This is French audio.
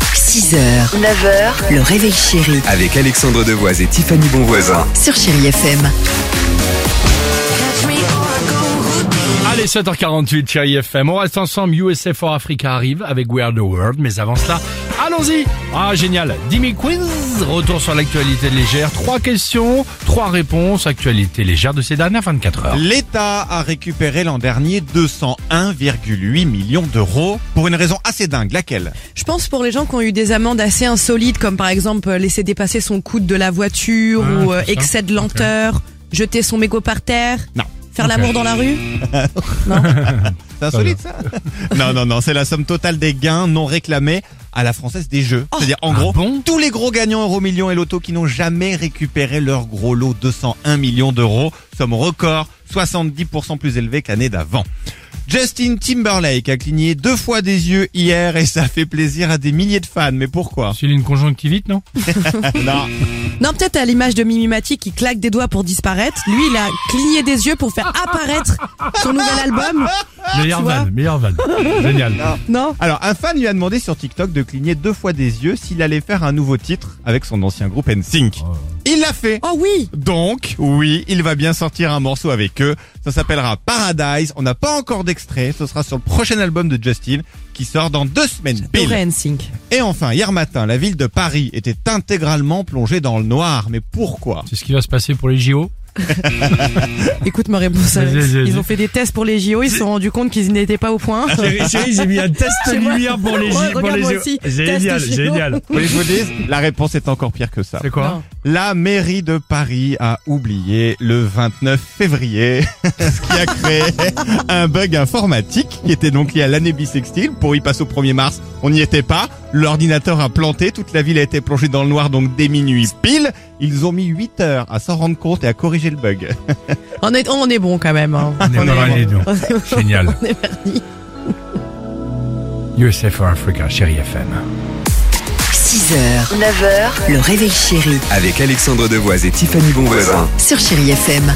6h, 9h, le réveil chéri Avec Alexandre Devoise et Tiffany Bonvoisin. sur Chéri FM. Allez, 7h48, chérie FM. On reste ensemble. USA for Africa arrive avec We Are the World. Mais avant cela, allons-y. Ah, génial. Dimi Quiz. Retour sur l'actualité légère. Trois questions, trois réponses. Actualité légère de ces dernières 24 heures. L'État a récupéré l'an dernier 201,8 millions d'euros pour une raison assez dingue. Laquelle Je pense pour les gens qui ont eu des amendes assez insolites, comme par exemple euh, laisser dépasser son coude de la voiture Ah, ou euh, c'est ça. excès de lenteur, jeter son mégot par terre. Non. Faire Ok. l'amour dans la rue C'est insolite ça Non, non, non, c'est la somme totale des gains non réclamés à la française des jeux. C'est-à-dire en ah gros, bon tous les gros gagnants euro millions et loto qui n'ont jamais récupéré leur gros lot 201 millions d'euros, somme record 70% plus élevée que l'année d'avant. Justin Timberlake a cligné deux fois des yeux hier et ça fait plaisir à des milliers de fans. Mais pourquoi C'est une conjonctivite, non? Non. Non, peut-être à l'image de Mimimati qui claque des doigts pour disparaître. Lui, il a cligné des yeux pour faire apparaître son nouvel album. Meilleur Tu vois van, meilleur van. Génial. Non Alors, un fan lui a demandé sur TikTok de cligner deux fois des yeux s'il allait faire un nouveau titre avec son ancien groupe NSYNC. Il l'a fait Oh oui donc, oui, il va bien sortir un morceau avec eux. Ça s'appellera Paradise. On n'a pas encore d'extrait. Ce sera sur le prochain album de Justin qui sort dans deux semaines pile. Doré Sync. Et enfin, hier matin, la ville de Paris était intégralement plongée dans le noir. Mais pourquoi C'est ce qui va se passer pour les JO. Écoute ma réponse. Alex. Vas-y, vas-y, vas-y. Ils ont fait des tests pour les JO, ils se sont rendus compte qu'ils n'étaient pas au point. Chérie, chérie, j'ai mis un test C'est moi. lumière pour les Ouais, JO. pour regarde, les moi JO. aussi. Génial, Test JO. génial. Vous voulez que je vous dise La réponse est encore pire que ça. C'est quoi? La mairie de Paris a oublié le 29 février, ce qui a créé un bug informatique qui était donc lié à l'année bissextile. Pour y passer au 1er mars, on n'y était pas. L'ordinateur a planté, toute la ville a été plongée dans le noir donc dès minuit pile. Ils ont mis 8 heures à s'en rendre compte et à corriger le bug. On est, on est bon quand même. hein. On est On est dans la bon. ligne. On est bon. Génial. On est parti. USA for Africa, chérie FM. 6h, 9h, le réveil chéri Avec Alexandre Devoise et Tiffany Bonvoisin. sur Chéri FM.